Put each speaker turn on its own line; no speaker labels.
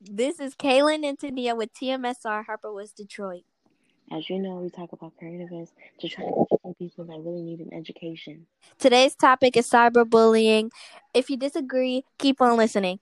This is Kaylin and Tania with TMSR Harper was Detroit.
As you know, we talk about current events to try to educate people that really need an education.
Today's topic is cyberbullying. If you disagree, keep on listening.